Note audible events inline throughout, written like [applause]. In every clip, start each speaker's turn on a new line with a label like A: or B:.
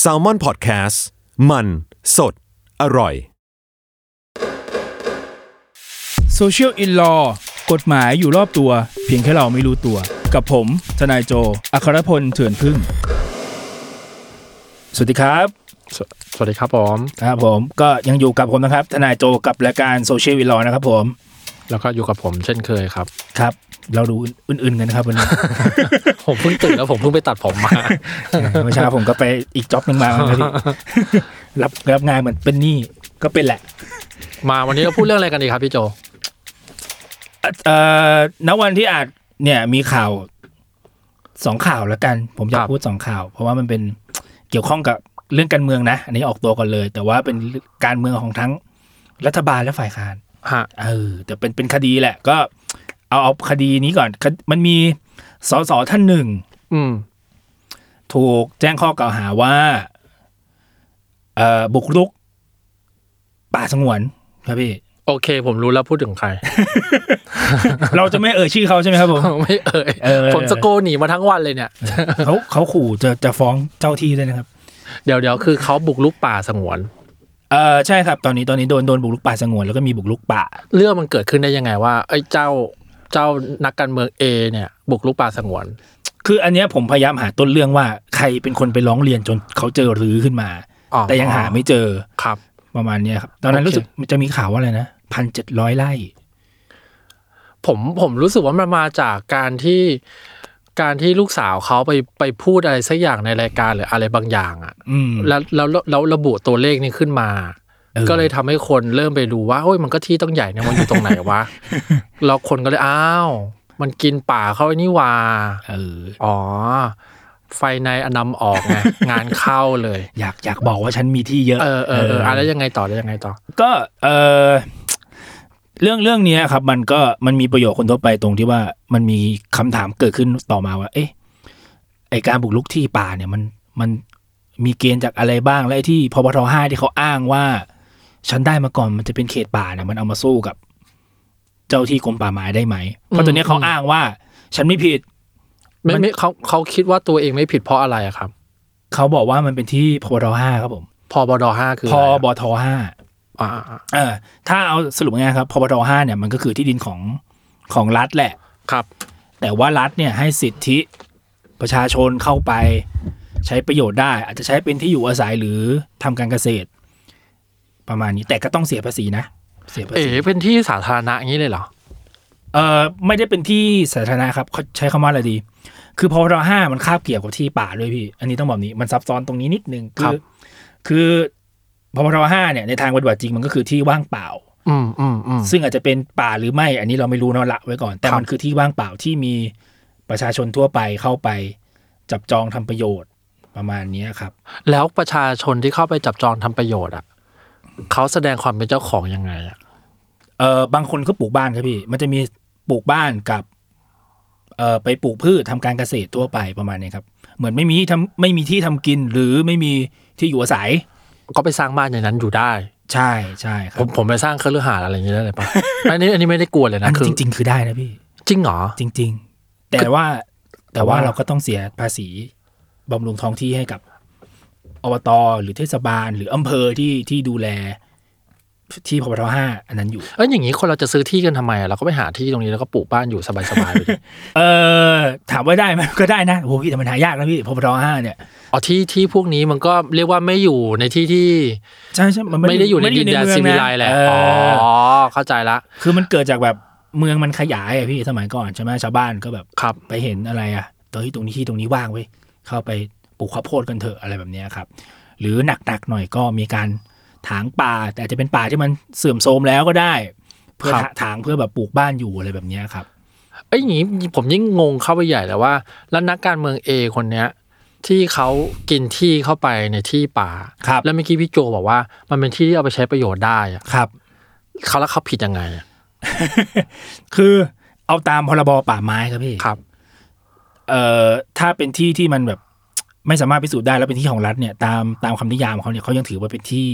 A: แซลมอนพอดแคสต์มันสดอร่อย
B: Social in Law กฎหมายอยู่รอบตัว เพียงแค่เราไม่รู้ตัว กับผมทนายโจ อัครพลเถื่อนพึ่ง สวัสดีครับ
C: สวสวัสดีครับผม
B: ครับผมก็ยังอยู่กับผมนะครับ ทนายโจกับรายการ Social in Law นะครับผม
C: แล้วก็อยู่กับผมเช่นเคยครับ
B: ครับ เราดูอื่นๆกันนะครับวันนี้
C: [laughs]
B: [laughs]
C: ผมเพิ่งตื่นแล้วผมเพิ่งไปตัดผมมา
B: เมื่อเช้าผมก็ไปอีกจ็อบหนึ่งมาครับพี่ [laughs] รับรับงานเหมือนเป็นหนี้ก็เป็นแหละ
C: [laughs] มาวันนี้เราพูดเรื่องอะไรกันดีครับพี่โจ
B: เอ่อณวันที่อาจเนี่ยมีข่าวสองข่าวแล้วกัน ผมอยาก
C: ครับ
B: พูดสองข่าว เพราะว่ามันเป็นเกี่ยวข้องกับเรื่องการเมืองนะ อันนี้ออกตัวก่อนเลย แต่ว่าเป็นการเมืองของทั้งรัฐบาลและฝ่ายค้าน
C: ฮะ
B: เออแต่เป็นเป็นคดีแหละ ก็เอาเอาคดีนี้ก่อนคดมันมีสสท่านหนึ่ง
C: อืม
B: ถูกแจ้งข้อกล่าวหาว่าเอ่อบุกรุก ป่าสงวนครับพี่
C: โอเค ผมรู้แล้วพูดถึงใคร [laughs]
B: เราจะไม่เอ่ยชื่อเขาใช่ไหมครับผม
C: ไม่เอ่ย
B: เออ
C: ผมสะโกนหนีมาทั้งวันเลยเนี่ย
B: เขาเขาขู่จะจะฟ้องเจ้าที่ด้วยนะครับ
C: เดี๋ยวเดี๋ยวคือเขาบุกลุกป่าสงวน
B: เออใช่ครับ ตอนนี้ตอนนี้โดนโดนบุกรุกป่าสงวนแล้วก็มีบุกรุกป่า
C: เรื่องมันเกิดขึ้นได้ยังไงว่าไอ้เจ้าเจ้านักการเมืองเอเนี่ย บุกลุกป่าสงวน
B: คืออันเนี้ยผมพยายามหาต้นเรื่องว่าใครเป็นคนไปร้องเรียนจนเขาเจอรื้อขึ้นมา
C: อ๋อ
B: แต่ยังหาไม่เจอ
C: ครับ
B: ประมาณเนี้ยครับ ตอนนั้น
C: โอเค
B: รู้สึกมันจะมีข่าวว่าอะไรนะพันเจ็ดร้อยไร่
C: ผมผมรู้สึกว่ามันมาจากการที่การที่ลูกสาวเขาไปไปพูดอะไรสักอย่างในรายการหรืออะไรบางอย่างอ่ะ
B: อืม
C: แล้วแล้วแล้วแล้วระบุตัวเลขนี้ขึ้นมา
B: เออ
C: ก็เลยทำให้คนเริ่มไปดูว่าโอ้ยมันก็ที่ต้องใหญ่เนี่ยมันอยู่ตรงไหน
B: [laughs]
C: วะ แล้วคนก็เลยอ้าว มันกินป่าเข้าไปนี่หว่า
B: เออ
C: อ๋อ ไฟในอนำออก
B: [laughs]
C: ไง งานเข้าเลย
B: อยากอยากบอกว่าฉันมีที่เยอะ
C: เออเออเอออะไรยังไงต่อแล้วยังไงต่อ
B: ก็เออเรื่องเรื่องเนี้ยครับ มันก็มันมีประโยชน์คนทั่วไปตรงที่ว่ามันมีคำถามเกิดขึ้นต่อมาว่า เอ๊ะไอการบุกรุกที่ป่าเนี่ยมันมันมีเกณฑ์จากอะไรบ้างและไอ้ที่พบทห้าที่เขาอ้างว่า ฉันได้มาก่อนมันจะเป็นเขตป่าเนี่ยมันเอามาสู้กับ เจ้าที่กรมป่าไม้ได้ไหมเพราะตัวเนี้ยเขาอ้างว่า ฉันไม่ผิด
C: ไม่
B: มัน
C: ไม่เขาเขาคิดว่าตัวเองไม่ผิดเพราะอะไรอะครับ
B: เขาบอกว่ามันเป็นที่พบทห้าครับผม
C: พอบดห้าคือ
B: พ
C: อะไร
B: บทห้า
C: อ่าอ่าอ่า
B: เออถ้าเอาสรุปง่ายๆครับพบทห้าเนี่ยมันก็คือที่ดินของของรัฐแหละ
C: ครับ
B: แต่ว่ารัฐเนี่ยให้สิทธิประชาชนเข้าไปใช้ประโยชน์ได้ อาจจะใช้เป็นที่อยู่อาศัยหรือทำการเกษตร ประมาณนี้แต่ก็ต้องเสียภาษีนะ เสียภา
C: เอ๋
B: ษี
C: เป็นที่สาธารณะอย่างนี้เลยเหรอ
B: เออไม่ได้เป็นที่สาธารณะครับเขาใช้คำว่าอะไรดี คือพอรห้ามันคาบเกี่ยวกับที่ป่าด้วยพี่ อันนี้ต้องบอกนี้มันซับซ้อนตรงนี้นิดนึง
C: ครั
B: คือ
C: บ
B: คือพอรห้าเนี่ยในทางปฏิบัติจริงมันก็คือที่ว่างเปล่า
C: อืมอืมอืม
B: ซึ่งอาจจะเป็นป่าหรือไม่ อันนี้เราไม่รู้เนาะละไว้ก่อน แต่
C: ครับ
B: มันคือที่ว่างเปล่าที่มีประชาชนทั่วไปเข้าไปจับจองทำประโยชน์ประมาณเนี้ยครับ
C: แล้วประชาชนที่เข้าไปจับจองทำประโยชน์อ่ะเขาแสดงความเป็นเจ้าของยังไงอะ
B: เออบางคนก็ปลูกบ้านครับพี่ มันจะมีปลูกบ้านกับเออไปปลูกพืชทำการเกษตรทั่วไปประมาณเนี้ยครับ เหมือนไม่มีทำไม่มีที่ทำกินหรือไม่มีที่อยู่อาศัย
C: ก็ไปสร้างบ้านอย่างนั้นอยู่ได้
B: ใช่ใช่ครั
C: ผม
B: บ
C: ผมไปสร้างเครือหาสน์อะไรอย่างนี้ได้
B: [laughs]
C: เลยปะ อันนี้อันนี้ไม่ได้กลัวเลย
B: อั
C: นะ
B: น
C: คือ
B: จริง ๆ คือได้นะพี่
C: จริงเหรอ
B: จริง ๆ แต่ว่าแต่ว่า
C: แต่ว่า
B: เราก็ต้องเสียภาษีบำรุงท้องที่ให้กับอบตหรือเทศบาล หรืออำเภอที่ที่ดูแล ที่พบทห้าอันนั้นอยู่
C: เอ้ยอย่างนี้คนเราจะซื้อที่กันทำไมอะเราก็ไปหาที่ตรงนี้แล้วก็ปลูกบ้านอยู่สบาย
B: [laughs]
C: ๆไปดิ
B: เออถามว่าได้ไหม [laughs] ก็ได้นะโอ้โหพี่แต่มันหายากนะพี่พบทห้าเนี่ย
C: อ๋อที่ที่พวกนี้มันก็เรียกว่าไม่อยู่ในที่ที่
B: ใช่ใช่มัน
C: ไม่ได้อยู่ในดินแดน
B: เมืองะ
C: ซีวิไลแหละ
B: เอ
C: อ๋อ
B: อ
C: เข้าใจละ
B: คือมันเกิดจากแบบเมืองมันขยายอะพี่สมัยก่อนใช่ไหมชาวบ้านก็แบบ
C: ครับ
B: ไปเห็นอะไรอะตรงที่ตรงนี้ที่ตรงนี้ว่างเว้ยเข้าไปปลูกข้าวโพดกันเถอะอะไรแบบเนี้ยครับ หรือหนักๆหน่อยก็มีการถางป่า แต่อาจจะเป็นป่าที่มันเสื่อมโทรมแล้วก็ได้ เพื่อ
C: ครับ
B: ถางเพื่อแบบปลูกบ้านอยู่อะไรแบบเนี้ยครับ
C: เอ้ยอย่างนี้ผมยิ่งงงเข้าไปใหญ่แล้วว่า แล้วนักการเมืองเอคนเนี้ย ที่เขากินที่เข้าไปในที่ป่า
B: ครับ
C: แล้วเมื่อกี้พี่โจบอกว่า มันเป็นที่ที่เอาไปใช้ประโยชน์ได้อะ
B: ครับ
C: เขาแล้วเขาผิดยังไงอะ
B: คือเอาตามพรบป่าไม้ครับพี่
C: ครับ
B: เอ่อถ้าเป็นที่ที่มันแบบ ไม่สามารถพิสูจน์ได้แล้วเป็นที่ของรัฐเนี่ยตามตามคำนิยามของเขาเนี่ยเขายังถือว่าเป็นที่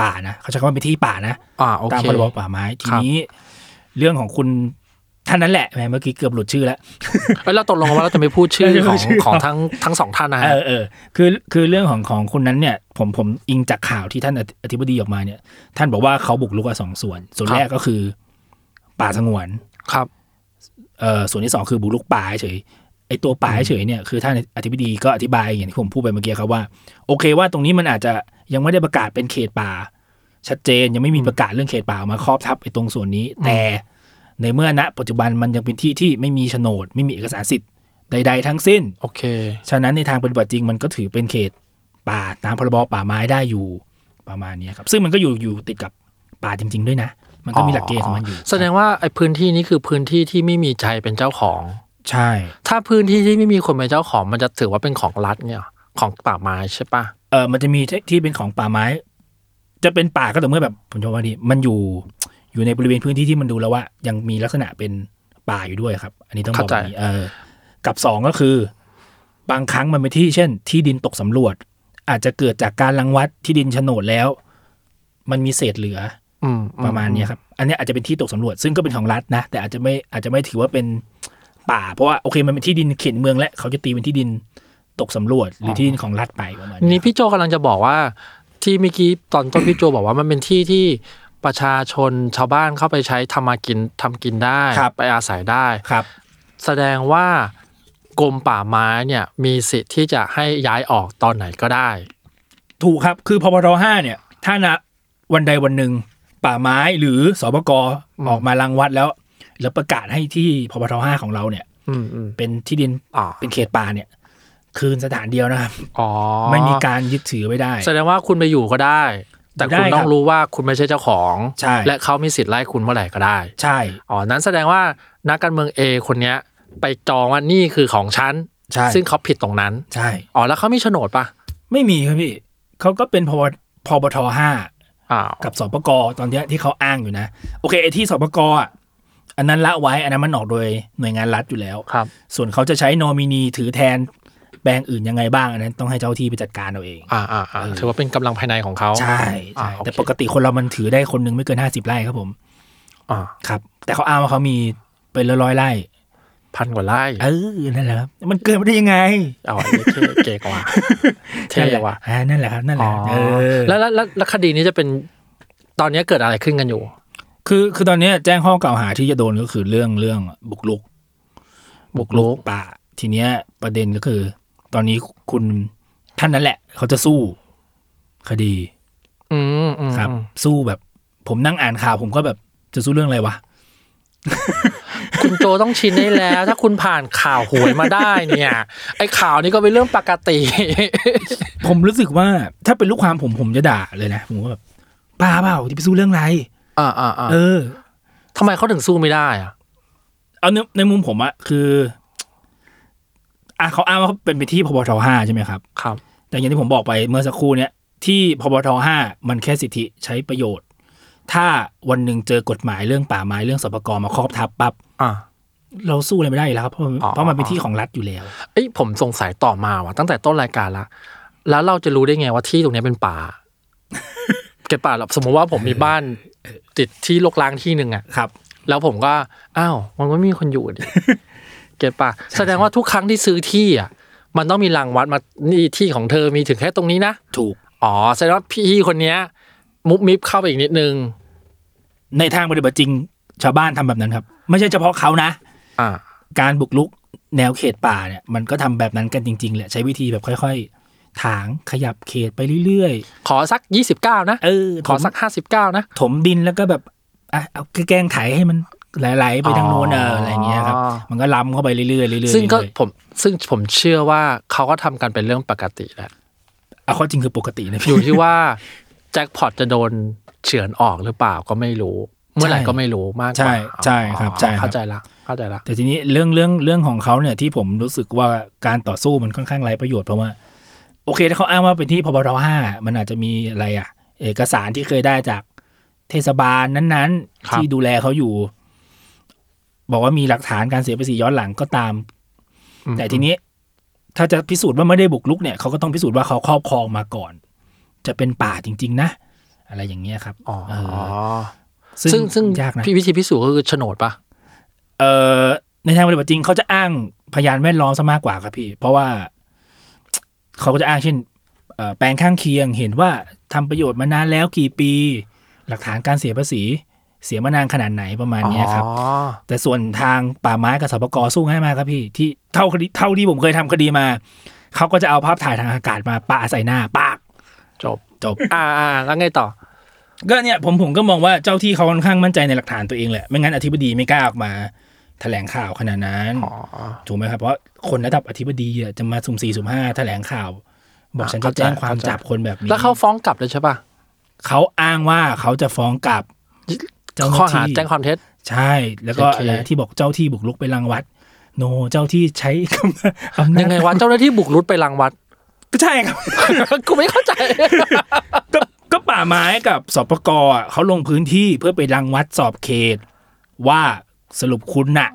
B: ป่านะเขาใช้คำว่าเป็นที่ป่านะ
C: อ่าโอ
B: ตาม
C: เค
B: พรบป่าไม้ ที
C: ครับ
B: นี้เรื่องของคุณ ท่านนั้นแหละแหมเมื่อกี้เกือบหลุดชื่อแล้ว
C: เอ้ยเราตกลงกันว่าเราจะไม่พูดชื่อ
B: ไม่
C: ข
B: พู
C: อง
B: ดชื่อ
C: ของทั้งทั้งสองท่านนะ
B: เอ
C: ฮะ
B: อเออคือคือเรื่องของของคนนั้นเนี่ย ผมผมอิงจากข่าวที่ท่านอธิอธิบดีออกมาเนี่ย ท่านบอกว่าเขาบุกรุกอะสองส่วน ส่วนแรกก็คือ ป่าสงวน
C: ครับ
B: เอ่อส่วนที่สองคือบุกรุกป่าเฉยไอตัวป่าเฉยเนี่ยคือท่านอธิบดีก็อธิบายอย่างที่ผมพูดไปเมื่อกี้ครับว่า โอเคว่าตรงนี้มันอาจจะยังไม่ได้ประกาศเป็นเขตป่า ชัดเจนยังไม่มีประกาศเรื่องเขตป่าออกมาครอบทับไอตรงส่วนนี้ แต่ในเมื่อณปัจจุบันมันยังเป็นที่ที่ไม่มีโฉนด ไม่มีเอกสารสิทธิ์ใด ๆ ทั้งสิ้น
C: โอเค
B: ฉะนั้นในทางปฏิบัติจริงมันก็ถือเป็นเขตป่าตามพรบป่าไม้ได้อยู่ประมาณเนี้ยครับ ซึ่งมันก็อยู่อยู่ติดกับป่าจริง ๆ ด้วยนะ มันก็มีหลักเกณฑ์ของมันอยู่
C: แสดงว่าไอ้พื้นที่นี้คือพื้นที่ที่ไม่มีใจเป็นเจ้าของ
B: ใช่
C: ถ้าพื้นที่ที่ไม่มีคนเป็นเจ้าของ มันจะถือว่าเป็นของรัฐเนี่ยหรอของป่าไม้ใช่ปะ
B: เออมันจะมีที่เป็นของป่าไม้ จะเป็นป่าก็ต่อเมื่อแบบผมจะว่าดีมันอยู่อยู่ในบริเวณพื้นที่ที่มันดูแล้วว่า ยังมีลักษณะเป็นป่าอยู่ด้วยครับ อันนี้ต้องบอกแบบนี้เออกับสองก็คือ บางครั้งมันเป็นที่ เช่น ที่ดินตกสำรวจ อาจจะเกิดจากการลังวัดที่ดินโฉนดแล้ว มันมีเศษเหลือ
C: อืม
B: ประมาณเนี้ยครับ อันเนี้ยอาจจะเป็นที่ตกสำรวจซึ่งก็เป็นของรัฐนะ แต่อาจจะไม่อาจจะไม่ถือว่าเป็นป่า เพราะว่าโอเคมันเป็นที่ดินเขตเมืองและเขาจะตีเป็นที่ดินตกสำรวจหรือที่ดินของรัฐไปประมาณเนี้ย
C: นี่พี่โจกำลังจะบอกว่า ที่เมื่อกี้ตอนต้นพี่โจบอกว่ามันเป็นที่ที่ประชาชนชาวบ้านเข้าไปใช้ทำมากินทำกินได้ไปอาศัยได้
B: ครับ
C: แสดงว่ากรมป่าไม้เนี่ยมีสิทธิ์ที่จะให้ย้ายออกตอนไหนก็ได้
B: ถูกครับคือพบทห้าเนี่ย ถ้านะวันใดวันหนึ่งป่าไม้หรือสบกอ
C: อืม
B: ออกมารังวัดแล้ว แล้วประกาศให้ที่พบทห้าของเราเนี่ย
C: อืมอืม
B: เป็นที่ดิน
C: อ๋อ
B: เป็นเขตป่าเนี่ย คืนสถานเดียวนะครับ
C: อ๋อ
B: ไม่มีการยึดถือไว้ได้
C: แสดงว่าคุณไปอยู่ก็ได้ แต่คุณ
B: ได้ครับ
C: ต้องรู้ว่าคุณไม่ใช่เจ้าของ
B: ใช่
C: และเขามีสิทธิ์ไล่คุณเมื่อไหร่ก็ได้
B: ใช่
C: อ๋อ นั้นแสดงว่านักการเมือง A คนเนี้ย ไปจองว่านี่คือของฉัน
B: ใช่
C: ซึ่งเขาผิดตรงนั้น
B: ใช่
C: อ๋อ แล้วเขามีโฉนดปะ
B: ไม่มีครับพี่เขาก็เป็นพบพบทห้า
C: อ้าว
B: กับสปกตอนเนี้ยที่เขาอ้างอยู่นะ โอเคไอ้ที่สปกอ่ะอันนั้นละไว้ อันนั้นมันออกโดยหน่วยงานรัฐอยู่แล้ว
C: ครับ
B: ส่วนเขาจะใช้นอมินีถือแทนแปลงอื่นยังไงบ้าง อันนั้นต้องให้เจ้าที่ไปจัดการเอาเอง
C: อ่าอ่าอ่าถือว่าเป็นกำลังภายในของเขา
B: ใช่
C: อ่า
B: ใช่
C: โอเค
B: แต่ปกติคนเรามันถือได้คนหนึงไม่เกินห้าสิบไร่ครับผม
C: อ่า
B: ครับ แต่เขาอ้างว่าเขามีเป็นร้อยๆไร่
C: พันกว่าไร่
B: เออนั่นแหละครับมันเกินไปได้ยังไง
C: เอาอันนี้เท่เก๋กว่าเท่
B: นั่นแหละ
C: ว่ะ
B: อ่านั่นแหละครับนั่นแห
C: อ๋อ
B: ละเออ
C: แล้วแล้วแล้วแล้วคดีนี้จะเป็นตอนเนี้ยเกิดอะไรขึ้นกันอยู่
B: คือคือตอนเนี้ยแจ้งข้อกล่าวหาที่จะโดนก็คือเรื่องเรื่องบุกรุก บุกรุกป่า ทีเนี้ยประเด็นก็คือ ตอนนี้คุณท่านนั้นแหละ เขาจะสู้คดี
C: อืมอืม
B: ครับ
C: อืม
B: สู้แบบ ผมนั่งอ่านข่าว ผมก็แบบจะสู้เรื่องอะไรวะ
C: คุณโจต้องชินได้แล้ว [laughs] ถ้าคุณผ่านข่าวหวยมาได้เนี่ย ไอ้ข่าวนี้ก็เป็นเรื่องปกติ
B: ผมรู้สึกว่าถ้าเป็นลูกความผมผมจะด่าเลยนะผมว่าแบบป้าเปล่าจะไปสู้เรื่อง [laughs] อะไร
C: อ่าอ่าอ่า
B: เออ
C: ทำไมเขาถึงสู้ไม่ได้อ่ะ
B: เอาในในมุมผมอะคืออ่ะเขาอ้างว่าเป็นไปที่พบทห้าใช่ไหมครับ
C: ครับ
B: แต่อย่างที่ผมบอกไปเมื่อสักครู่เนี้ยที่พบทห้ามันแค่สิทธิใช้ประโยชน์ ถ้าวันหนึ่งเจอกฎหมายเรื่องป่าไม้เรื่องสปกรมาครอบทับปั๊บ
C: อ่า
B: เราสู้อะไรไม่ได้อยู่แล้วครับเพราะมัน
C: อ๋อ
B: เพราะมันเป็นที่ของรัฐอยู่แล้ว
C: เอ้ยผมสงสัยต่อมาว่ะตั้งแต่ต้นรายการละแล้วเราจะรู้ได้ไงว่าที่ตรงเนี้ยเป็นป่า [laughs] เก็บป่าหรอสมมติว่าผมมีบ้านติดที่ลกล้างที่หนึ่งอะ
B: ครับ
C: แล้วผมก็อ้าวมันไม่มีคนอยู่
B: [laughs]
C: ดิ เก็บป่า แสดงว่าทุกครั้งที่ซื้อที่อะมันต้องมีรางวัดมานี่ที่ของเธอมีถึงแค่ตรงนี้นะ
B: ถูก
C: อ๋อแสดงว่าพี่คนเนี้ย มุบมิบเข้าไปอีกนิดนึง
B: ในทางปฏิบัติจริงชาวบ้านทำแบบนั้นครับ ไม่ใช่เฉพาะเขานะ
C: อ่า
B: การบุกรุกแนวเขตป่าเนี่ยมันก็ทำแบบนั้นกันจริงๆแหละใช้วิธีแบบค่อยๆ ถางขยับเขตไปเรื่อย
C: ขอสักยี่สิบเก้านะ
B: ๆ เออ
C: ขอสักห้าสิบเก้านะ
B: ถมดินแล้วก็แบบอ่ะเอาแกล้งไถให้มันไหลๆไปทางโน้นเอออะไรอย่างเงี้ยครับ มันก็ล้ำเข้าไปเรื่อยๆเรื่อยๆเรื่อยๆ
C: ซึ่งก็ผมซึ่งผมเชื่อว่าเขาก็ทำกันเป็นเรื่องปกติแหละ
B: [laughs] เอาเข้อจริงคือปกตินะ
C: อ
B: พี่
C: ยู่ที่ว่า แจ็คพอตจะโดนเฉือนออกหรือเปล่าก็ไม่รู้ เมื่อไหร่ก็ไม่รู้มากกว่า
B: ใช่ใช่ครับใช่ครับ
C: เข้าใจละเข้าใจละ
B: แต่ทีนี้เรื่องเรื่องเรื่องของเขาเนี่ยที่ผมรู้สึกว่าการต่อสู้มันค่อนข้างไร้ประโยชน์เพราะว่า โอเคถ้าเขาอ้างว่าเป็นที่พบทห้ามันอาจจะมีอะไรอ่ะ เอกสารที่เคยได้จากเทศบาลนั้นๆ ที่ดูแลเขาอยู่ บอกว่ามีหลักฐานการเสียภาษีย้อนหลังก็ตาม
C: อืม
B: แต่ทีนี้ ถ้าจะพิสูจน์ว่าไม่ได้บุกลุกเนี่ยเขาก็ต้องพิสูจน์ว่าเขาครอบครองมาก่อน จะเป็นป่าจริง ๆ นะอะไรอย่างเงี้ยครับ
C: อ๋อ
B: เออ
C: ซึ่งซึ่ง
B: ยากนะ
C: พี่วิธีพิสูจน์ก็คือโฉนดปะ
B: เออในทางปฏิบัติจริงเขาจะอ้างพยานแวดล้อมซะมากกว่าครับพี่ เพราะว่า เขาก็จะอ้างเช่นเอ่อแปลงข้างเคียงเห็นว่าทำประโยชน์มานานแล้วกี่ปี หลักฐานการเสียภาษี เสียมานานขนาดไหนประมาณเนี้ยครับ
C: อ๋อ
B: แต่ส่วนทางป่าไม้กับสปกสู้ง่ายมากครับพี่ที่เท่าคดีเท่าที่ผมเคยทำคดีมา เขาก็จะเอาภาพถ่ายทางอากาศมาปาใส่หน้าปาก
C: จบ
B: จบ
C: อ่าอ่าแล้วไงต่อ
B: ก็เนี่ยผมผมก็มองว่าเจ้าที่เขาค่อนข้างมั่นใจในหลักฐานตัวเองแหละ ไม่งั้นอธิบดีไม่กล้าออกมาแถลงข่าวขนาดนั้น
C: อ๋อ
B: ถูกไหมครับเพราะคนระดับอธิบดีอะจะมาสุ่มสี่สุ่มห้าแถลงข่าว บอก
C: อ่ะ
B: ฉันจะแจ้งความ
C: เข้าใจ
B: จับคนแบบนี้
C: แล้วเขาฟ้องกลับเลยใช่ป่ะ
B: เขาอ้างว่าเขาจะฟ้องกลับเจ้าห
C: ข้อ
B: น้า
C: หา
B: ที่
C: แจ้งความเท็จ
B: ใช่ แล้วก็
C: โอเค
B: อะไรที่บอกเจ้าที่บุกลุกไปรังวัด โนเจ้าที่ใช้กำลังอำนาจ
C: ยังไงวะเจ้าหน้าที่บุกรุกไปรัง
B: [laughs]
C: วัด
B: ก็ใช่ครับ [laughs]
C: กูไม่เข้าใจ
B: ก็ก็ป่าไม้กับสปกอ่ะเขาลงพื้นที่เพื่อไปรังวัดสอบเขต ว่าสรุปคุณน่ะ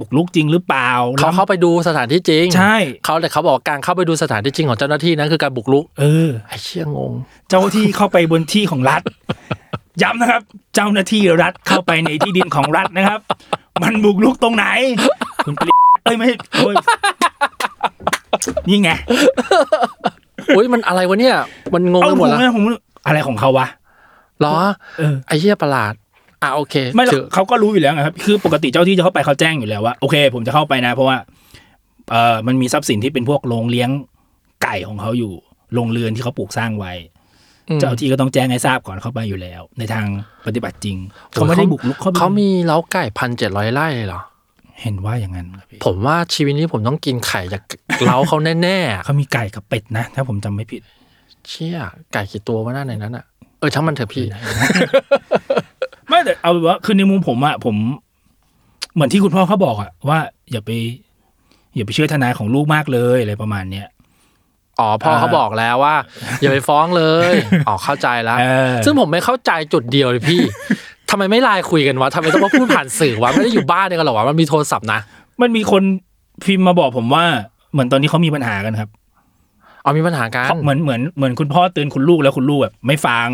B: บุกลุกจริงหรือเปล่า
C: เขาเข้าไปดูสถานที่จริง
B: ใช่
C: เขาแต่เขาบอกว่าการเข้าไปดูสถานที่จริงของเจ้าหน้าที่นั้นคือการบุกรุก
B: เออ
C: ไอ้เชี่ยงง
B: เจ้าที่เข้าไปบนที่ของรัฐ ย้ำนะครับ เจ้าหน้าที่รัฐเข้าไปในที่ดินของรัฐนะครับ มันบุกลุกตรงไหน คุณปริเอ้ยไม่ใช่โอ้ยนี่ไง
C: อุ้ยมันอะไรวะเนี่ย มันงง
B: เอา
C: ไป
B: ผ
C: หมด
B: ม
C: แล้ว
B: นะผมอะไรของเขาวะ
C: เหรอ
B: เออ
C: ไอ้เหี้ยประหลาด อ่ะโอเค
B: ไม่หรอ
C: ถื
B: กเขาก็รู้อยู่แล้วไงครับคือปกติเจ้าที่จะเข้าไปเขาแจ้งอยู่แล้วว่าโอเค ผมจะเข้าไปนะ เพราะว่าเออมันมีทรัพย์สินที่เป็นพวกโรงเลี้ยงไก่ของเขาอยู่โรงเรือนที่เขาปลูกสร้างไว้
C: อืม
B: เจ้าที่ก็ต้องแจ้งให้ทราบก่อนเข้าไปอยู่แล้ว ในทางปฏิบัติจริง เขาไม่ได้บุกลุกเข้าไป
C: เขามีเล้าไก่พันเจ็ดร้อยไร่เลยเหรอ
B: เห็นว่าอย่างนั้นครับพี่
C: ผมว่าชีวิตนี้ผมต้องกินไข่จากเล้าเขาแน่ๆอะ
B: เขามีไก่กับเป็ดนะ ถ้าผมจำไม่ผิด
C: เชี่ยไก่กี่ตัววะหน้าในนั้นอ่ะเออช่างมันเถอะพี่
B: ไม่แต่เอาเป็นว่าคือในมุมผมอะผม เหมือนที่คุณพ่อเขาบอกอะว่า อย่าไป อย่าไปเชื่อทนายของลูกมากเลยอะไรประมาณเนี้ย
C: อ๋อพ่อเขา
B: อ่า
C: บอกแล้วว่า [laughs] อย่าไปฟ้องเลย อ๋อเข้าใจแล้ว
B: เออ
C: ซึ่งผมไม่เข้าใจจุดเดียวเลยพี่ [laughs] ทำไมไม่ไลน์คุยกันวะทำไมต้องมาพูดผ่านสื่อวะไม่ได้อยู่บ้านเดียวกันเหรอวะมันมีโทรศัพท์นะ
B: มันมีคนพิมพ์มาบอกผมว่าเหมือนตอนนี้เขามีปัญหากันครับ
C: เอามีปัญหากัน
B: เหมือนเหมือนเหมือนคุณพ่อเตือนคุณลูกแล้วคุณลูกแบบไม่ฟัง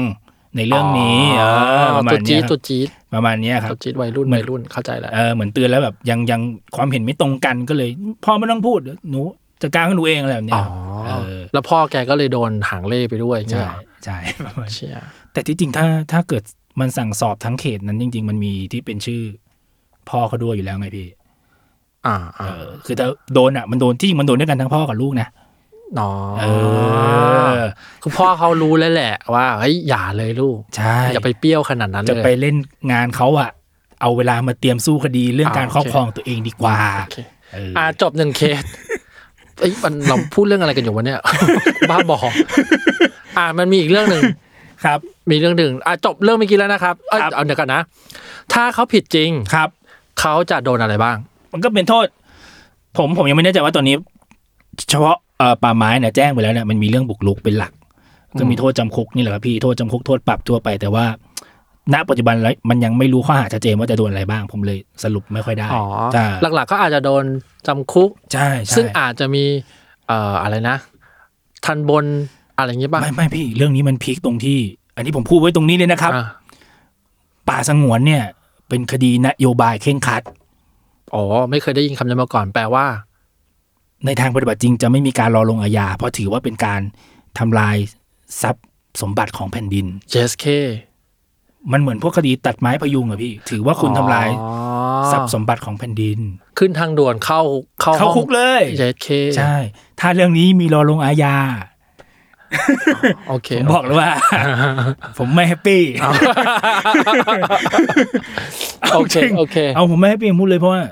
B: ในเรื่องนี้เออประมา
C: ตัว
B: ณ
C: จี๊
B: เนี้
C: ด
B: ยค
C: ตั
B: รับ
C: วจี๊ด
B: ประมาณเนี้ยครั
C: ตั
B: บ
C: วจี๊ดวัยรุ่น
B: เหมือน
C: วัยรุ่นเข้าใจแล้ว
B: เออเหมือนเตือนแล้วแบบยังยังความเห็นไม่ตรงกันก็เลยพ่อไม่ต้องพูดหนูจัดการของหนูเองอะไรแบบเนี้
C: อ๋
B: ย
C: อ
B: ครับเออ
C: แล้วพ่อแกก็เลยโดนหางเล่ไปด้วยเงี้
B: ใช่
C: ยเหรอ
B: ใช่ประมาณ
C: เชี่ย
B: แต่ที่จริงถ้าถ้าเกิดมันสั่งสอบทั้งเขตนั้นจริง ๆ มันมีที่เป็นชื่อ พ่อเขาด้วยอยู่แล้วไงพี่
C: อ่า
B: เอ
C: อ่า
B: อคือถ้าโดนอ่ะมันโดนที่จริงมันโดนด้วยกันทั้งพ่อกับลูกนะ
C: อ๋อ
B: เออ
C: คือพ่อเขารู้แล้วแหละว่าเฮ้ยอย่าเลยลูก
B: ใช่
C: อย่าไปเปรี้ยวขนาดนั้น
B: จะ
C: เล
B: ไป
C: ย
B: เล่นงานเขาอะเอาเวลามาเตรียมสู้คดีเรื่อง
C: อ่า
B: การครอบ
C: โอเค
B: ครองตัวเองดีกว่า
C: โอเค
B: เออ
C: อ่าจบหนึ่งเคส [laughs] เอ้ยมันเราพูดเรื่องอะไรกันอยู่วะเนี่ย [laughs] บ้าบออ่ามันมีอีกเรื่องหนึ่ง
B: ครับ
C: มีเรื่องหนึ่งอ่ะจบเรื่องเมื่อกี้แล้วนะครับเอ้ย
B: ครับ
C: เอาเดี๋ยวกันนะ ถ้าเขาผิดจริง
B: ครับ
C: เขาจะโดนอะไรบ้าง
B: มันก็เป็นโทษ ผมผมยังไม่แน่ใจว่าตอนนี้ เฉพาะเอ่อป่าไม้เนี่ยแจ้งไปแล้วเนี่ยมันมีเรื่องบุกรุกเป็นหลัก ก็มีโทษจำคุกนี่แหละครับพี่โทษจำคุกโทษปรับทั่วไป แต่ว่า ณปัจจุบันแล้วมันยังไม่รู้ข้อหาชัดเจนว่าจะโดนอะไรบ้าง ผมเลยสรุปไม่ค่อยได้
C: อ๋อ
B: ใช่
C: หลักๆก็อาจจะโดนจำคุก
B: ใช่ใช่
C: ซึ่งอาจจะมีเอ่ออะไรนะ ทันบนอะไรอย่างงี้ป่ะ
B: ไม่ไม่พี่ เรื่องนี้มันพีคตรงที่ อันนี้ผมพูดไว้ตรงนี้เลยนะครับ
C: อ่ะ
B: ป่าสงวนเนี่ย เป็นคดีนโยบายเคร่งครัด
C: อ๋อ ไม่เคยได้ยินคำนี้มาก่อนแปลว่า
B: ในทางปฏิบัติจริงจะไม่มีการรอลงอาญาเพราะถือว่าเป็นการทำลายทรัพย์สมบัติของแผ่นดิน
C: JSK
B: มันเหมือนพวกคดีตัดไม้พยุงอะพี่ ถือว่าคุณทำลาย
C: อ๋อ
B: ทรัพย์สมบัติของแผ่นดิน
C: ขึ้นทางด่วนเข้าเข้า
B: เข้าคุกเลย
C: ห้อง JSK
B: ใช่ ถ้าเรื่องนี้มีรอลงอาญา
C: โอเค
B: ผมบอกเลยว่า ผมไม่แฮปปี้
C: โอเค
B: [laughs] าจริง
C: โอเค
B: เอาผมไม่แฮปปี้ผมพูดเลยเพราะว่า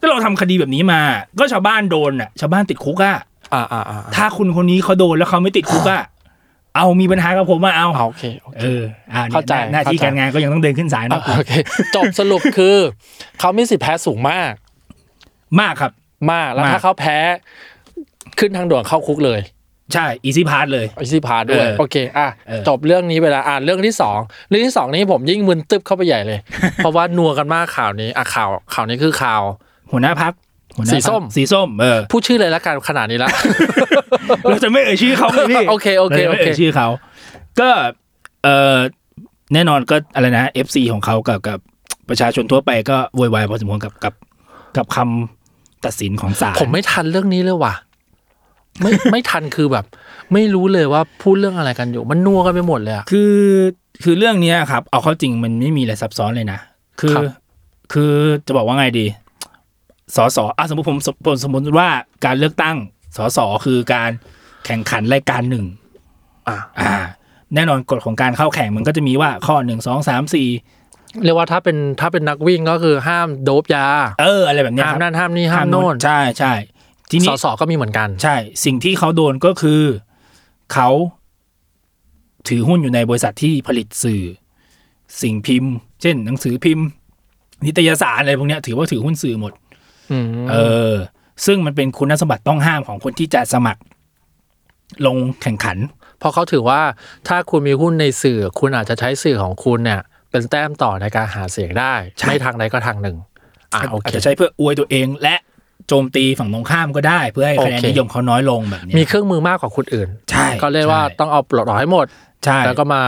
B: ก็เราทำคดีแบบนี้มา ก็ชาวบ้านโดนอะชาวบ้านติดคุกอะ
C: [laughs] อ่าอ่าอ่า
B: ถ้าคุณคนนี้เขาโดนแล้วเขาไม่ติดคุกอะเอามีปัญหากับผมมาเอา
C: เอาโอเคโอเค
B: เออ อ่านี่ย
C: เข้าใจ
B: หน้าที่
C: เข้าใจ
B: การงานก็ยังต้องเดินขึ้นศาล
C: อ่ะ
B: เนาะ
C: โอเค จบสรุปคือ เขามีสิทธิ์แพ้สูงมาก
B: มากครับ
C: มากแล้ว
B: มาก
C: ถ้าเขาแพ้ ขึ้นทางด่วนเข้าคุกเลย
B: ใช่อีซี่พาร์ทเลย
C: อซิพาด้วย
B: เออ
C: โอเคอ่ะ
B: เออ
C: จบเรื่องนี้ไปแล้วอ่ะเรื่องที่สองเรื่องที่สองนี่ผมยิ่งมึนตึบเข้าไปให [laughs] ญ่เลย เพราะว่านัวกันมากข่าวนี้อ่ะข่าวข่าวนี้คือข่าว
B: หัวหน้าพักหัวหน้า
C: สี
B: พรรค
C: ส้ม
B: สีส้ม เออ
C: พูดชื่อเลยละกันขนาดนี้ละ [laughs]
B: เราจะไม่เอ่ยชื่อเขาเลยพี่
C: โอเคโอเค
B: ราจะ
C: โอ
B: ไม่
C: เค
B: เอ่ยชื่อเขา ก็ เออแน่นอนก็อะไรนะ FC ของเขากับกับ ประชาชนทั่วไปก็โวยวายพอสมควรกับกับกับคำตัดสินของศาล
C: ผมไม่ทันเรื่องนี้เลยว่ะ ไม่ไม่ทันคือแบบ ไม่รู้เลยว่าพูดเรื่องอะไรกันอยู่ มันนัวกันไปหมดเลยอะ
B: คือคือเรื่องเนี้ยครับ เอาเข้าจริงมันไม่มีอะไรซับซ้อนเลยนะ คือ
C: ครับ
B: คือจะบอกว่าไงดีสอสอ่ะสมมติผมสมผมสมมติว่าการเลือกตั้งสอสอคือการแข่งขันรายการหนึ่ง
C: อ่ะ
B: อ่า แน่นอนกฎของการเข้าแข่งมันก็จะมีว่าข้อหนึ่งสองสามสี่
C: เรียกว่าถ้าเป็นถ้าเป็นนักวิ่งก็คือห้ามโดบยา
B: เออ อะไรแบบเนี้ย
C: ห้า
B: ค
C: ม
B: รับ
C: นั่นห้ามนี่ห้ามโน่น
B: ใช่ใช่ทีนี้
C: สอสอก็มีเหมือนกัน
B: ใช่ สิ่งที่เขาโดนก็คือเขาถือหุ้นอยู่ในบริษัทที่ผลิตสื่อ สิ่งพิมพ์ เช่น หนังสือพิมพ์ นิตยสารอะไรพวกเนี้ยถือว่าถือหุ้นสื่อหมด
C: อืม
B: เออ ซึ่งมันเป็นคุณสมบัติต้องห้ามของคนที่จะสมัคร ลงแข่งขัน
C: เพราะเขาถือว่าถ้าคุณมีหุ้นในสื่อ คุณอาจจะใช้สื่อของคุณเนี่ย เป็นแต้มต่อในการหาเสียงได้
B: ใช่
C: ไม่ทางใดก็ทางหนึ่งอ่ะโอเค
B: อาจจะใช้เพื่ออวยตัวเอง และโจมตีฝั่งตรงข้ามก็ได้ เพื่อให้คะแนน
C: โอเค
B: นิยมเขาน้อยลงแบบเนี้ย
C: มีเครื่องมือมากกว่าคนอื่น
B: ใช่
C: ก็เรียกว่า
B: ใช่
C: ต้องเอาปลดออกให้หมด
B: ใช่
C: แล้วก็มา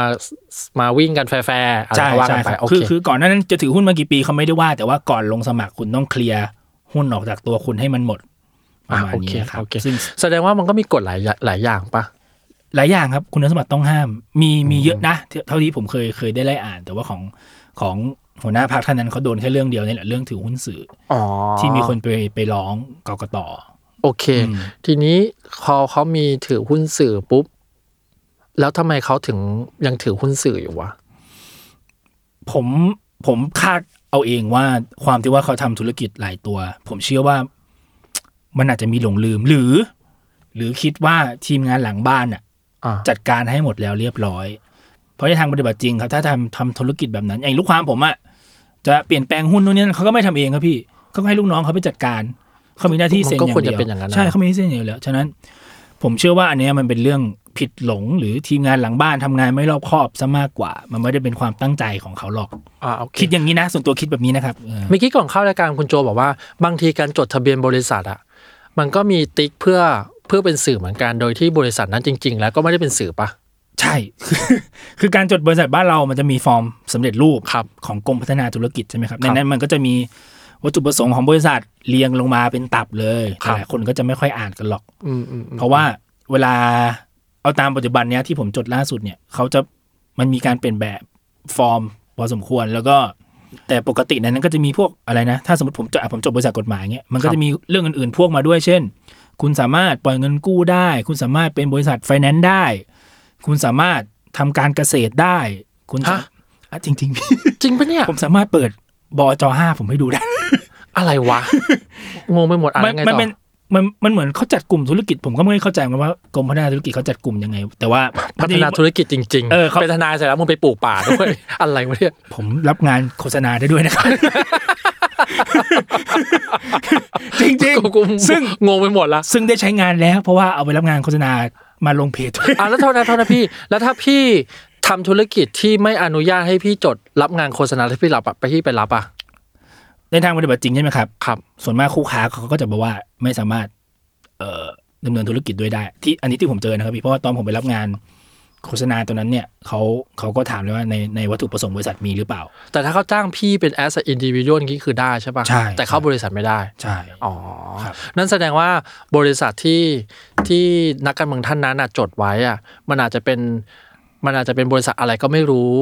C: มาวิ่งกันแฟร์ๆอะไร
B: ใช่
C: ก็ว่ากั
B: ใช่
C: นไป
B: ครับ
C: โอเค
B: คือคือก่อนหน้านั้นจะถือหุ้นมากี่ปีเขาไม่ได้ว่า แต่ว่าก่อนลงสมัครคุณต้องเคลียร์หุ้นออกจากตัวคุณให้มันหมด ประ
C: อ่ะ
B: มาณ
C: โอเค
B: นี้นะครับ
C: โอเค
B: ซึ่ง
C: แสดงว่ามันก็มีกฎหลายหลายอย่างปะ
B: หลายอย่างครับคุณสมบัติต้องห้าม มีมีเยอะนะเท่าเท่าที่ผมเคยเคยได้ไล่อ่าน แต่ว่าของของหัวหน้าพรรคท่านนั้นเขาโดนแค่เรื่องเดียวนี่แหละเรื่องถือหุ้นสื่อ
C: อ๋อ
B: อที่มีคนไปไปร้องกกต
C: โอเค
B: อืม
C: ทีนี้พอเขามีถือหุ้นสื่อปุ๊บ แล้วทำไมเขาถึงยังถือหุ้นสื่ออยู่วะ
B: ผมผมคาดเอาเองว่าความที่ว่าเขาทำธุรกิจหลายตัว ผมเชื่อว่า มันอาจจะมีหลงลืมหรือ หรือคิดว่าทีมงานหลังบ้านน่ะ
C: อ่า
B: จัดการให้หมดแล้วเรียบร้อย เพราะในทางปฏิบัติจริงครับ ถ้าทำทำธุรกิจแบบนั้น อย่างลูกความผมอะจะเปลี่ยนแปลงหุ้นนู่นนี่นั่นเขาก็ไม่ทำเองครับพี่เขาก็ให้ลูกน้องเขาไปจัดการเขามีหน้าที่เซ็นอ
C: มันก็
B: ย่าง
C: ควร
B: เดี
C: จะ
B: ยว
C: เป็นอย่างนั้นนะ
B: ใช่เขามีหน้าที่เซ็นอย่างเดียวแล้วฉะนั้น ผมเชื่อว่าอันเนี้ยมันเป็นเรื่องผิดหลง หรือทีมงานหลังบ้านทำงานไม่รอบคอบซะมากกว่า มันไม่ได้เป็นความตั้งใจของเขาหรอก
C: อ่าโอเค
B: คิดอย่างนี้นะ ส่วนตัวคิดแบบนี้นะครับเออ
C: เมื่อกี้ก่อนเข้ารายการคุณโจบอกว่า บางทีการจดทะเบียนบริษัทอะมันก็มีติ๊กเพื่อเพื่อเป็นสื่อเหมือนกันโดยที่บริษัทนั้นจริง ๆ แล้วก็ไม่ได้เป็นสื่อปะ
B: ใช่ [laughs] คือการจดบริษัทบ้านเรามันจะมีฟอร์มสำเร็จรูป
C: ครับ
B: ของกรมพัฒนาธุรกิจใช่ไหมครับ
C: ค
B: ใน
C: รับ
B: นั้นมันก็จะมีวัตถุประสงค์ของบริษัทเรียงลงมาเป็นตับเลย
C: ครับ
B: หลายคนก็จะไม่ค่อยอ่านกันหรอก
C: อืมอืมอืม
B: เพราะว่าเวลาเอาตามปัจจุบันเนี้ยที่ผมจดล่าสุดเนี่ยเขาจะมันมีการเปลี่ยนแบบฟอร์มพอสมควรแล้วก็แต่ปกติในนั้นก็จะมีพวกอะไรนะ ถ้าสมมติผมจดอ่ะผมจบบริษัทกฎหมายเงี้ยมันก็จะมีเรื่องอื่นๆ พวกมาด้วยเช่น คุณสามารถปล่อยเงินกู้ได้ คุณสามารถเป็นบริษัทไฟแนนซ์ได้ คุณสามารถทำการเกษตรได้ คุณสา
C: ฮะ
B: อ่ะจริงๆพี่ [laughs]
C: จริงปะเนี่ย
B: ผมสามารถเปิดบอจห้าผมให้ดูได้
C: อะไรวะงงไปหมดอะไร
B: มัน
C: ไง
B: มัน
C: ต่อ
B: เป็นมันมันเหมือนเขาจัดกลุ่มธุรกิจผมก็ไม่เข้าใจเหมือนกันว่ากรมพัฒนาธุรกิจเขาจัดกลุ่มยังไง แต่ว่า
C: พัฒนาธุรกิจจริง
B: เออเขา
C: เป็นทน [laughs] ายเสร็จแล้วมึงไปปลูกป่าด้วย อะไรวะเนี่ย
B: ผมรับงานโฆษณาได้ด้วย
C: [laughs]
B: นะครับ จริง
C: กู
B: ๆ ซึ่ง
C: งงไปหมดละ
B: ซึ่งได้ใช้งานแล้ว เพราะว่าเอาไปรับงานโฆษณามาลงเพจ
C: อ่ะแล้วโทษนะโทษนะพี่ แล้วถ้าพี่ทำธุรกิจที่ไม่อนุญาตให้พี่จดรับงานโฆษณาที่พี่รับอะไปที่ไปรับอะ
B: ในทางปฏิบัติจริงใช่ไหมครับ
C: ครับ
B: ส่วนมากคู่ค้าเขาก็จะบอกว่าไม่สามารถ เอ่อดำเนินธุรกิจด้วยได้ ที่อันนี้ที่ผมเจอนะครับพี่เพราะว่าตอนผมไปรับงานโฆษณาตัวนั้นเนี่ยเขาเขาก็ถามเลยว่าในในวัตถุประสงค์บริษัทมีหรือเปล่า
C: แต่ถ้าเขาจ้างพี่เป็น as an individual อย่างนี้คือได้ใช่ปะ
B: ใช่
C: แต่เข้าบริษัทไม่ได้
B: ใช่
C: อ๋อ
B: ครับ
C: นั่นแสดงว่าบริษัทที่ที่นักการเมืองท่านนั้นอะจดไว้อะมันอาจจะเป็นมันอาจจะเป็นบริษัทอะไรก็ไม่รู้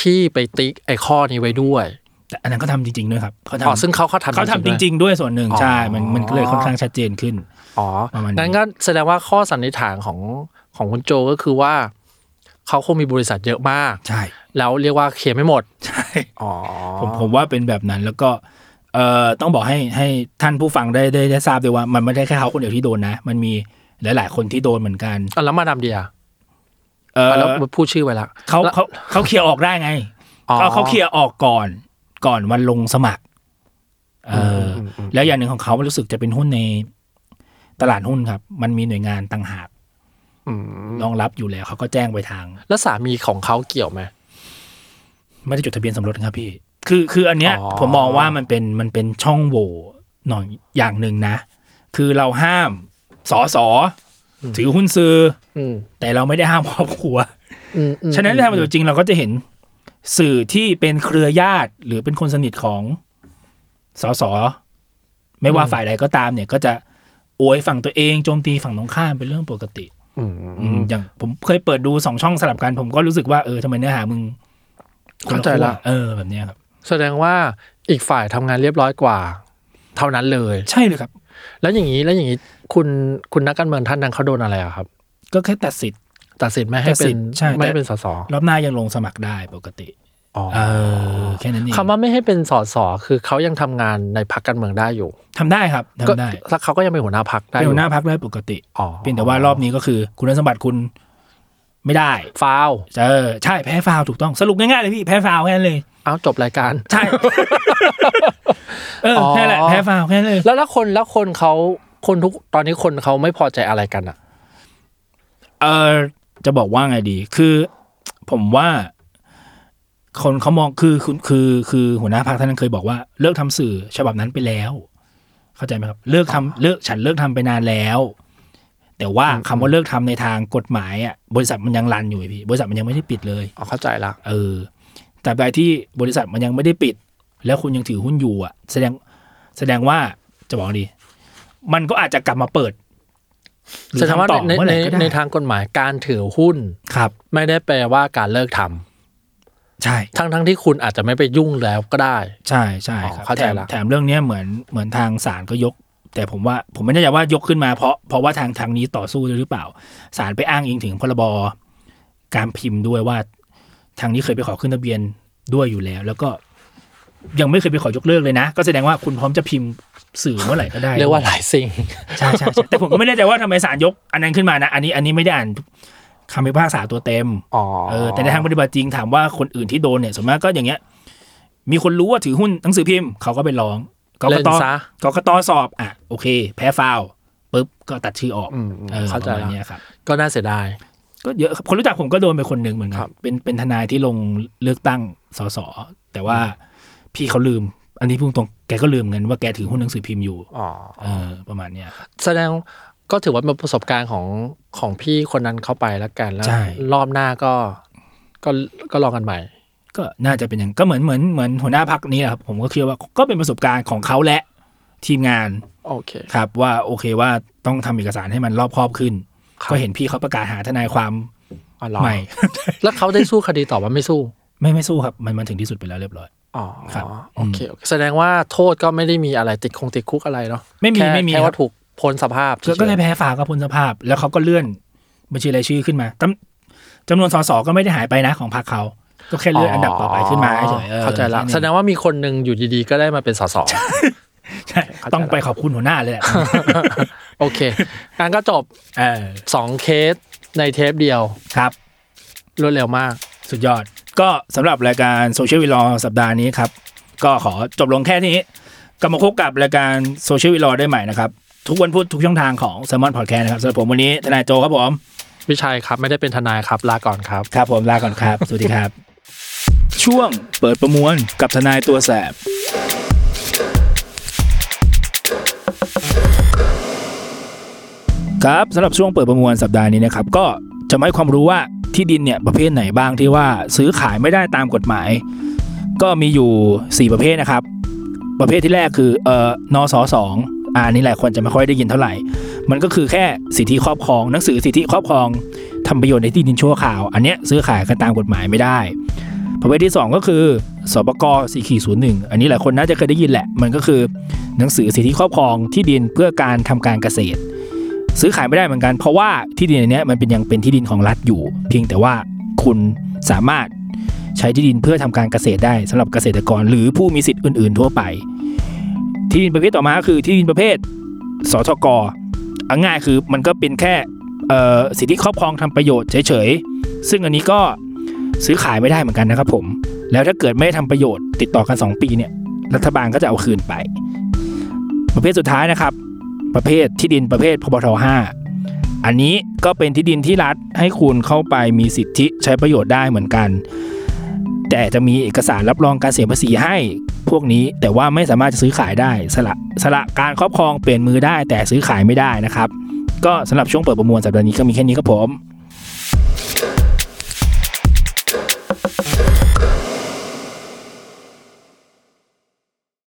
C: ที่ไปติ๊กไอ้ข้อนี้ไว้ด้วย
B: แต่อันนั้นก็ทำจริงๆด้วยครับเขา
C: อ๋อ
B: ทำ
C: ซึ่งเขาเขาทำ
B: เขาทำจ
C: ด้วย
B: ริง ๆ ด้วยส่วนหนึ่ง
C: อ๋อ
B: ใช่ มันมันก็เลยค่อนข้างชัดเจนขึ้น
C: อ๋อ
B: ประมาณนี้
C: งั้นก็แสดงว่าข้อสันนิษฐานของของคุณโจก็คือว่า เขาคงมีบริษัทเยอะมาก
B: ใช่
C: แล้วเรียกว่าเคลียร์ไม่หมด
B: ใช่
C: อ๋อ
B: ผมผมว่าเป็นแบบนั้นแล้วก็เอ่อต้องบอกให้ให้ท่านผู้ฟังได้ได้ได้ทราบด้วยว่า มันไม่ได้แค่เขาคนเดียวที่โดนนะ มันมีหลาย ๆ คนที่โดนเหมือนกัน
C: อ่ะแล้วมาดามเดีย
B: เออ
C: อ่ะแล้วพูดชื่อไปละ
B: เขา
C: แล้ว
B: เขาเขาเคลียร์ออกได้ไง
C: อ๋อ
B: เขาเขาเคลียร์ออกก่อนก่อนวันลงสมัครเอออ
C: มอืม
B: แล้วอย่างหนึ่งของเขามันรู้สึกจะเป็นหุ้นในตลาดหุ้นครับ มันมีหน่วยงานต่างหาก
C: อืม
B: รองรับอยู่แล้วเขาก็แจ้งไปทาง
C: แล้วสามีของเขาเกี่ยวไหม
B: ไม่ได้จดทะเบียนสมรสนะครับพี่ คือคืออันเนี้ย
C: อ๋อ
B: ผมมองว่ามันเป็นมันเป็นช่องโหว่หน่อยอย่างหนึ่งนะ คือเราห้ามสอสอถือหุ้นซื้อ
C: อืม
B: แต่เราไม่ได้ห้ามครอบครัว
C: อืมอืม
B: ฉะนั้นในทางปฏิบัติจริงเราก็จะเห็น สื่อที่เป็นเครือญาติ หรือเป็นคนสนิทของสสไม่ว่าฝ่ายใดก็ตามเนี่ย ก็จะอวยฝั่งตัวเองโจมตีฝั่งตรงข้ามเป็นเรื่องปกติ
C: อื
B: อื
C: ม
B: มอย่างผมเคยเปิดดูสองช่องสลับกัน ผมก็รู้สึกว่าเออทำไมเนื้อหามึงคน
C: เข้าใจละ
B: ขั้วเออแบบเนี้ยครับ
C: แสดงว่าอีกฝ่ายทำงานเรียบร้อยกว่า เท่านั้นเลย
B: ใช่เลยครับ
C: แล้วอย่างนี้แล้วอย่างนี้คุณคุณนักการเมืองท่านนั้นเขาโดนอะไรอะครับ
B: ก็แค่ตัดสิทธิ์
C: ตัดสินไม่ให้
B: ตัด
C: เป็
B: สิ
C: น
B: ทธิ์ใช่
C: ไม่ให้
B: แต่
C: เป็นสส
B: รอบหน้ายังลงสมัครได้ปกติ
C: อ๋อ
B: เออแค่นั้นเอง
C: คำว่าไม่ให้เป็นสสคือเขายังทำงานในพรรคการเมืองได้อยู่
B: ทำได้ครับทำได้
C: ก็เขาก็ยังเป็นหัวหน้าพรรคได้อ
B: เป็น
C: ยู่
B: หัวหน้าพักได้ปกติ
C: อ๋อ
B: เพียงแต่ว่ารอบนี้ก็คือ คุณสมบัติคุณไม่ได้
C: ฟาว
B: เออใช่แพ้ฟาวถูกต้องสรุปง่ายๆเลยพี่แพ้ฟาวแค่นั้นเลย
C: เอ้าวจบรายการ
B: ใช่ เออแค่นั้นแหละแพ้ฟาวแค่นั้นเลย
C: แล้วแล้วคนแล้วคนเขาคนทุกตอนนี้คนเขาไม่พอใจอะไรกันอ่ะ
B: เออจะบอกว่าไงดี คือผมว่า คนเขามองคือคือคือคือหัวหน้าพรรคท่านนั้นเคยบอกว่าเลิกทำสื่อฉบับนั้นไปแล้ว เข้าใจไหมครับ เลิกทำเลิกฉันเลิกทำไปนานแล้ว แต่ว่าคำว่าเลิกทำในทางกฎหมายอ่ะบริษัทมันยังรันอยู่ไงพี่บริษัทมันยังไม่ได้ปิดเลย
C: อ๋อเข้าใจละ
B: เออ แต่ใดที่บริษัทมันยังไม่ได้ปิด แล้วคุณยังถือหุ้นอยู่อ่ะ แสดงแสดงว่าจะบอกดี มันก็อาจจะกลับมาเปิดหรือ
C: แสดงว่า
B: ทำต่อ
C: ใน
B: เมื่อไห
C: ใน
B: ร่ก็ได้
C: ในทางกฎหมายการถือหุ้น
B: ครับ
C: ไม่ได้แปลว่าการเลิกทำ
B: ใช่
C: ทั้งทั้งที่คุณอาจจะไม่ไปยุ่งแล้วก็ได้
B: ใช่ใช่
C: อ๋อ
B: ครับ
C: เข้าใจ
B: แถม
C: ละ
B: แถมเรื่องเนี้ยเหมือนเหมือนทางศาลก็ยก แต่ผมว่าผมไม่แน่ใจว่ายกขึ้นมาเพราะเพราะว่าทางทางนี้ต่อสู้ด้วยหรือเปล่าศาลไปอ้างอิงถึงพรบการพิมพ์ด้วยว่า ทางนี้เคยไปขอขึ้นทะเบียนด้วยอยู่แล้ว แล้วก็ยังไม่เคยไปขอยกเลิกเลยนะ ก็แสดงว่าคุณพร้อมจะพิมพ์สื่อเมื่อไหร่ก็ได้
C: เรียกว่าหลายสิ่ง
B: ใช่ใช่ใช่แต่ผมก็ไม่แน่ใจว่าทำไมศาลยกอันนั้นขึ้นมานะ อันนี้อันนี้ไม่ได้อ่านคำพิพากษาตัวเต็ม
C: อ๋อ
B: เออแต่ในทางปฏิบัติจริงถามว่าคนอื่นที่โดนเนี่ยส่วนมากก็อย่างเงี้ย มีคนรู้ว่าถือหุ้นหนังสือพิมพ์เขาก็ไปร้องกก
C: เล่น
B: ต
C: ซะ
B: กกตสอบอ่ะโอเค แพ้ฟาวล์ปุ๊บก็ตัดชื่อออก
C: อืมอืม
B: เออ
C: เข้าใจ
B: ประ
C: ละ
B: มาณเนี้ยครับ
C: ก็น่าเสียดาย
B: ก็เยอะครับคนรู้จักผมก็โดนไปคนหนึ่งเหมือนกั
C: ครั
B: น
C: บ
B: เป็นเป็นทนายที่ลงเลือกตั้งสสแต่ว่าพี่เขาลืม อันนี้พูดตรงแกก็ลืมเงินว่าแกถือหุ้นหนังสือพิมพ์อยู่
C: อ๋อ
B: เออประมาณเนี้ยครับ
C: แสดงก็ถือว่าเป็นประสบการณ์ของของพี่คนนั้นเข้าไปแล้วกันแล้ว
B: ใช่
C: รอบหน้าก็ก็ก็ลองกันใหม่
B: ก็น่าจะเป็นอย่างก็เหมือนเหมือนเหมือนหัวหน้าพักนี้แหละครับผมก็คิดว่าก็เป็นประสบการณ์ของเขาและทีมงาน
C: โอเค
B: ครับว่าโอเคว่าต้องทำเอกสารให้มันรอบครอบขึ้น
C: ครับ
B: ก็เห็นพี่เขาประกาศหาทนายความ
C: อ๋อ
B: ใหม่
C: [laughs] แล้วเขาได้สู้คดีต่อว่าไม่สู้
B: ไม่ไม่สู้ครับมันมันถึงที่สุดไปแล้วเรียบร้อย
C: อ๋อ
B: ครับ
C: โอเคโอเค แสดงว่าโทษก็ไม่ได้มีอะไรติดคงติดคุกอะไรเนาะ
B: ไม่มี
C: แค่
B: ไม่มีค
C: แค่
B: รับ
C: ว่าถูกพ้นสภาพเฉย
B: ก็เลยแพ้ฝากกับพลสภาพ แล้วเขาก็เลื่อนบัญชีรายชื่อขึ้นมาจำจำนวนสสก็ไม่ได้หายไปนะของพรรคเขา ก็แค่เลื่อนอันดับต่อไปขึ้นมาเฉยๆออ
C: เข้าใจละ
B: ค่นั้น
C: แสดงว่ามีคนหนึ่งอยู่ดีๆ ก็ได้มาเป็นสส
B: ใช่ต้องไปขอบคุณหัวหน้าเลยแหละ
C: โอเคการก็จบ
B: เออ
C: 2 เคสในเทปเดียว
B: ครับ
C: รวดเร็วมาก
B: สุดยอด ก็สำหรับรายการโซเชียลวีลอสัปดาห์นี้ครับ ก็ขอจบลงแค่นี้กลับมาพบกับรายการโซเชียลวีลอได้ใหม่นะครับ ทุกวันพุธทุกช่องทางของแซมมอนพอดแคสต์นะครับสำหรับผมวันนี้ทนายโจครับผม
C: วิชัยครับไม่ได้เป็นทนายครับ ลาก่อนครับ
B: ครับผมลาก่อนครับ [laughs] สวัสดีครับ ช่วงเปิดประมวลกับทนายตัวแสบ ครับสำหรับช่วงเปิดประมวลสัปดาห์นี้นะครับ ก็จะมาให้ความรู้ว่าที่ดินเนี่ยประเภทไหนบ้างที่ว่าซื้อขายไม่ได้ตามกฎหมาย ก็มีอยู่ 4 ประเภทนะครับ ประเภทที่แรกคือเอ่อนสสองอ่าอันนี้หลายคนจะไม่ค่อยได้ยินเท่าไหร่ มันก็คือแค่สิทธิครอบครองหนังสือสิทธิครอบครองทำประโยชน์ในที่ดินชั่วคราว อันเนี้ยซื้อขายกันตามกฎหมายไม่ได้ ประเภทที่ 2 ก็คือสปก4ขีศูนย์หนึ่งอันนี้หลายคนน่าจะเคยได้ยินแหละ มันก็คือหนังสือสิทธิครอบครองที่ดินเพื่อการทำการเกษตร ซื้อขายไม่ได้เหมือนกัน เพราะว่าที่ดินอันเนี้ยมันเป็นยังเป็นที่ดินของรัฐอยู่ เพียงแต่ว่าคุณสามารถใช้ที่ดินเพื่อทำการเกษตรได้สำหรับเกษตรกร หรือผู้มีสิทธิ์อื่น ๆ ทั่วไป ที่ดินประเภทต่อมาก็คือที่ดินประเภทสทก เอาง่ายคือมันก็เป็นแค่เอ่อสิทธิครอบครองทำประโยชน์เฉยๆ ซึ่งอันนี้ก็ซื้อขายไม่ได้เหมือนกันนะครับผม แล้วถ้าเกิดไม่ได้ทำประโยชน์ติดต่อกัน 2 ปีเนี่ยรัฐบาลก็จะเอาคืนไป ประเภทสุดท้ายนะครับ ประเภทที่ดินประเภทพบท5อันนี้ก็เป็นที่ดินที่รัฐให้คุณเข้าไปมีสิทธิใช้ประโยชน์ได้เหมือนกัน แต่จะมีเอกสารรับรองการเสียภาษีให้พวกนี้แต่ว่าไม่สามารถจะซื้อขายได้สละสละการครอบครองเปลี่ยนมือได้แต่ซื้อขายไม่ได้นะครับ ก็สำหรับช่วงเปิดประมวลสัปดาห์นี้ก็มีแค่นี้ครับผม